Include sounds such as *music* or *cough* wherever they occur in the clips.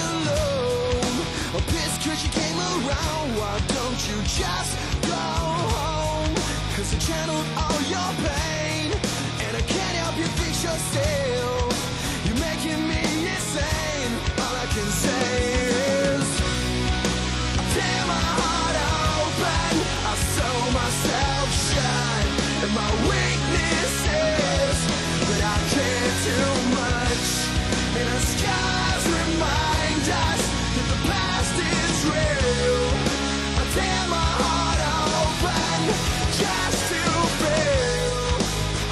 alone I'm pissed cause you came around Why don't you just go home? Cause I channeled all your pain And I can't help you fix yourself You're making me insane All I can say is Tear my heart open I sew myself shut And my weakness is That I care too much And our scars remind us That the past is real I tear my heart open Just to feel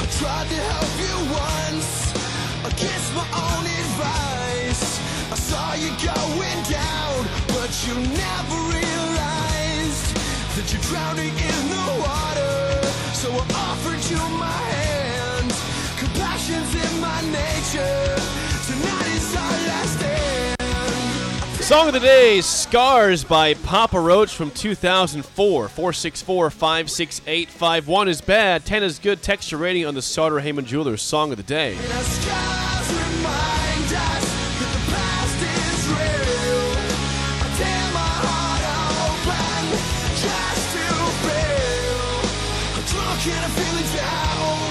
I tried to help you once Against my own advice I saw you going down But you never realized That you're drowning in the water So I offered you my hand Compassion's in my nature Tonight is our last stand Song of the day, Scars by Papa Roach from 2004. 464 568 51 is bad. 10 is good. Texture rating on the Sauter Heyman Jewelers Song of the Day. Our scars remind us that the past is real. I tear my heart open just to feel. I'm drunk and I'm feeling down,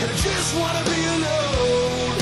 and I just wanna be alone.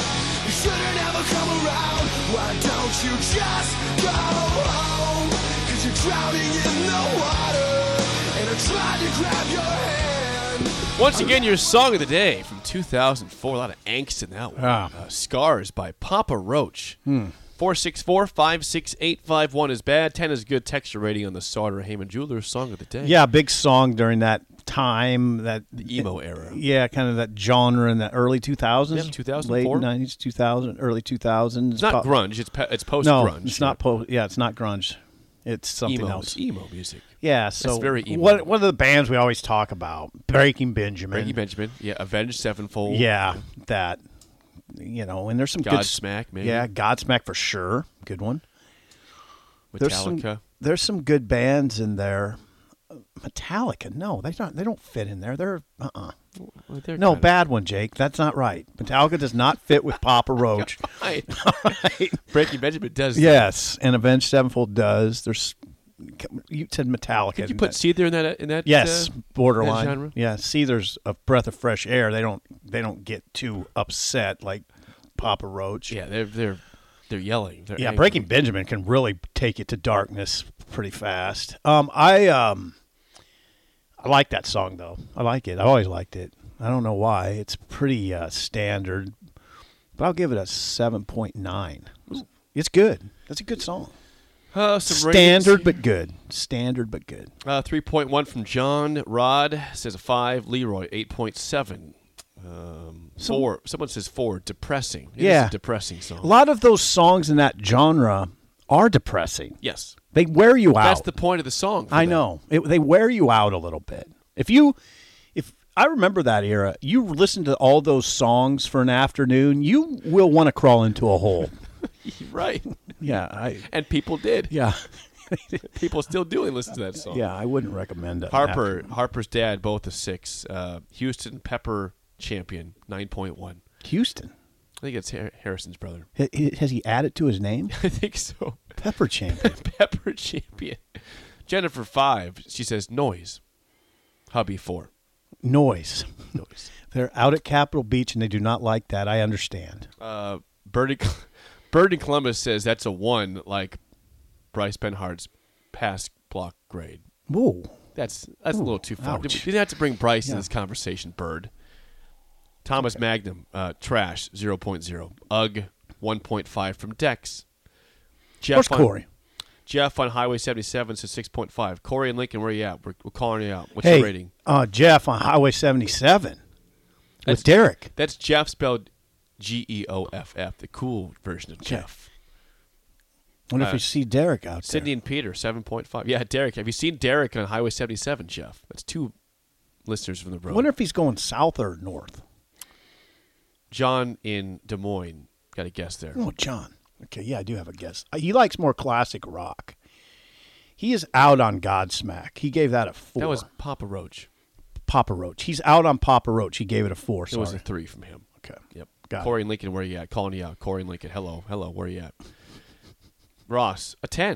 You should've never come around. Why don't you just go home? Cause you're drowning in the water, and I tried to grab your hand. Once again, your Song of the Day from 2004. A lot of angst in that one. Ah. Hmm. Uh, Scars by Papa Roach. 464 568 51 is bad. 10 is good. Texture rating on the Sauter Heyman Jewelers Song of the Day. Yeah, big song during that time, that The emo era. Yeah, kind of that genre in the early 2000s. Yeah, 2004. Late 90s, 2000, early 2000s. It's not Po- grunge, it's, pe- it's post No, grunge. it's not po- yeah, it's not grunge. It's something emo, else. emo music. Yeah, so very emo. what what are the bands we always talk about? Breaking Benjamin. Breaking Benjamin, yeah, Avenged Sevenfold, Yeah, that you know, and there's some good s- Godsmack, maybe. Yeah, Godsmack for sure. Good one. There's Metallica. some there's some good bands in there. Metallica, no, they don't they don't fit in there. They're uh uh Well, they're No, kinda- bad one, Jake. That's not right. Metallica does not fit *laughs* with Papa Roach. Right. *laughs* Breaking Benjamin does. that. yes, and Avenged Sevenfold does. There's you said Metallica. Did you and put that- Seether in that? In that? Yes, uh, that borderline. genre? Yeah, see, there's a breath of fresh air. They don't they don't get too upset like Papa Roach. Yeah, they're they're they're yelling. They're yeah. angry. Breaking Benjamin can really take it to darkness pretty fast. Um, I um, I like that song though. I like it. I always liked it. I don't know why. It's pretty uh, standard, but I'll give it a seven point nine. It's good. That's a good song. Uh, some ratings Standard here. but good. Standard but good. uh, three point one from John Rod says a five. Leroy eight point seven. Um, four. Someone says four. Depressing. It is Yeah. a depressing song. A lot of those songs in that genre are depressing. yes, They wear you out. that's the point of the song. for I them. know. It, they wear you out a little bit. If you if I remember that era, you listen to all those songs for an afternoon, you *laughs* will want to crawl into a hole. right? *laughs* yeah, I And people did. yeah. People still do listen to that song. yeah, I wouldn't recommend it. Harper, Harper's dad, both a six. Uh, Houston Pepper champion, nine point one. Houston. I think it's Har- Harrison's brother. *laughs* H- h- Has he added to his name? I think so. *laughs* Pepper champion. Pepper champion. Jennifer five. She says noise. Hubby four. *laughs* Noise. Noise. They're out at Capitol Beach and they do not like that. I understand. Uh, Birdie, Cl- *laughs* Birdie Columbus says that's a one, like Bryce Benhart's pass block grade. Whoa. That's that's a little too far. ouch. You didn't have to bring Bryce in this conversation, Bird. Thomas Magnum, uh, trash 0.0. Ugg 1.5 from Dex. Jeff Where's on, Corey? Jeff on Highway 77 says 6.5. Corey and Lincoln, where are you at? We're, we're calling you out. What's Hey, your rating? Uh, Jeff on Highway 77 That's- with Derek. That's Jeff spelled G E O F F, the cool version of Jeff. Wonder if we see Derek out uh, Sydney and Peter, 7.5. Yeah, Derek. Have you seen Derek on Highway 77, Jeff? That's two listeners from the there. road. Wonder if he's going south or north. John in Des Moines. Got a guess there. Oh, John. Okay, yeah, I do have a guess. Uh, He likes more classic rock. He is out on Godsmack. He gave that a four. That was Papa Roach. Papa Roach. He's out on Papa Roach. He gave it a four. It Sorry. was a three from him. okay. Yep. Got Corey and Lincoln, where you at? Calling you out. Corey and Lincoln, hello, hello, where you at? Ross, a 10.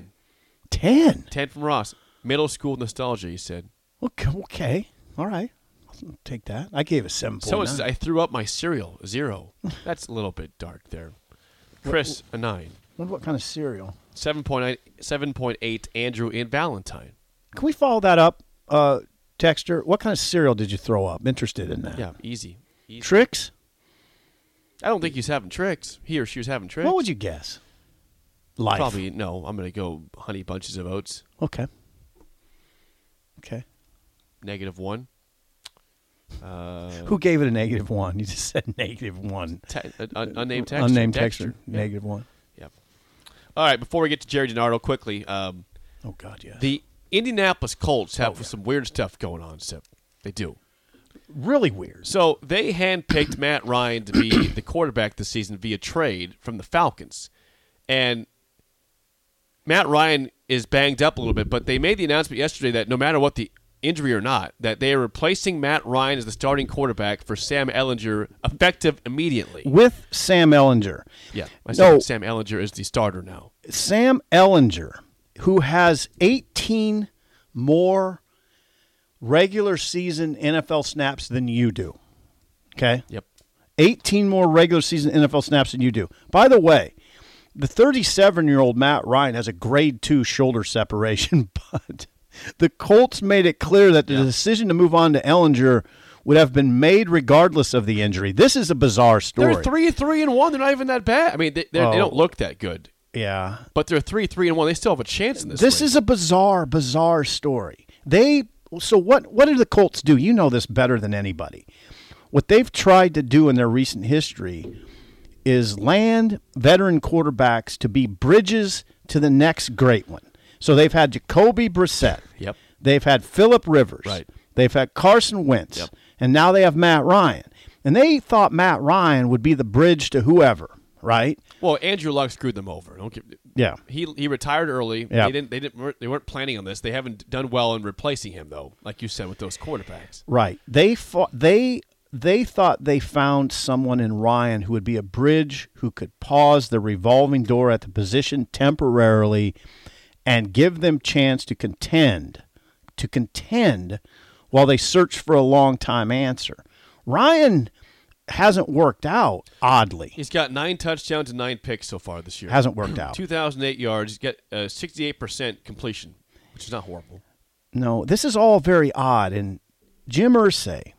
it. Ten. 10 from Ross. Middle school nostalgia, he said. Okay. Okay. All right. I'll take that. I gave a seven point Someone nine. says, I threw up my cereal. Zero. That's a little bit dark there. Chris, a 9. Wonder what kind of cereal. 7.8, 7.8 Andrew in Valentine. Can we follow that up, uh, Texter? What kind of cereal did you throw up? Interested in that. Yeah, easy. easy. Tricks? I don't think he's having tricks. He or she was having tricks. What would you guess? Life. Probably, no. I'm going to go honey bunches of oats. Okay. Okay. Negative 1. Who gave it a negative one? You just said negative one. Te- uh, *laughs* un- unnamed texture. Unnamed Texture. texture. Negative one. Yep. All right, before we get to Jerry DiNardo, quickly, um, Oh God, yeah. the Indianapolis Colts have some weird stuff going on, Sip. They do. really weird. So they handpicked Matt Ryan to be the quarterback this season via trade from the Falcons. And Matt Ryan is banged up a little bit, but they made the announcement yesterday that no matter what the injury or not, that they are replacing Matt Ryan as the starting quarterback for Sam Ellinger effective immediately. With Sam Ellinger. Yeah, I No. said Sam Ellinger is the starter now. Sam Ellinger, who has 18 more regular season NFL snaps than you do. Okay? Yep. 18 more regular season NFL snaps than you do. By the way, the 37 year old Matt Ryan has a grade two shoulder separation, *laughs* but the Colts made it clear that the decision to move on to Ellinger would have been made regardless of the injury. This is a bizarre story. They're three three and one. They're not even that bad. I mean, they, they're- they Oh. don't look that good, Yeah. but they're three three and one. They still have a chance in this. This is a bizarre, bizarre story. They so what? What do the Colts do? You know this better than anybody. What they've tried to do in their recent history is land veteran quarterbacks to be bridges to the next great one. So they've had Jacoby Brissett. Yep. They've had Philip Rivers. Right. They've had Carson Wentz. Yep. And now they have Matt Ryan. And they thought Matt Ryan would be the bridge to whoever, right? well, Andrew Luck screwed them over. Don't get- Yeah. he he retired early. Yeah. They didn't they didn't weren't- they weren't planning on this. They haven't done well in replacing him though, like you said with those quarterbacks. Right. They fought, they they thought they found someone in Ryan who would be a bridge who could pause the revolving door at the position temporarily and give them chance to contend to contend while they search for a long time answer. Ryan hasn't worked out oddly. He's got nine touchdowns and nine picks so far this year. Hasn't worked out. 2008 yards. He's got uh, 68% completion, which is not horrible. No, this is all very odd. And Jim Ursay,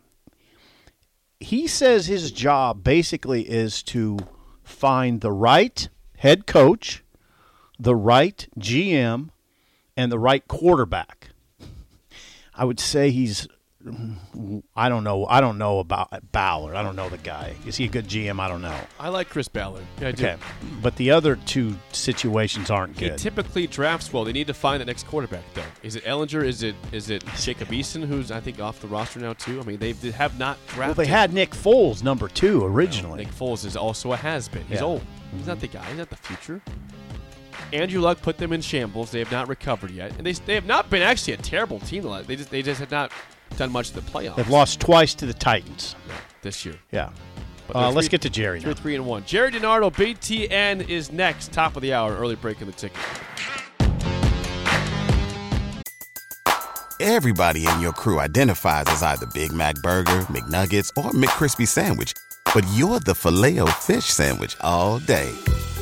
he says his job basically is to find the right head coach, the right GM, and the right quarterback. I would say he's. I don't know. I don't know about Ballard. I don't know the guy. Is he a good GM? I don't know. I like Chris Ballard. Yeah, I do. Okay, but the other two situations aren't He good. typically drafts well. They need to find the next quarterback, though. Is it Ellinger? Is it is it Jacob Eason, who's I think off the roster now too? I mean, they they have not Well, drafted. they had Nick Foles number two originally. Nick Foles is also a has been. He's Yeah. Mm-hmm. old. He's not the guy. He's not the future. Andrew Luck put them in shambles. They have not recovered yet, and they, they have not been actually a terrible team. the last- They just they just have not done much to the playoffs They've lost twice to the Titans. this year. Yeah. But Uh, they're let's three- get to Jerry They're now. three and one. Jerry DiNardo, BTN is next. Top of the hour, early break in the ticket. Everybody in your crew identifies as either Big Mac Burger, McNuggets, or McCrispy Sandwich. But you're the filet fish Sandwich all day.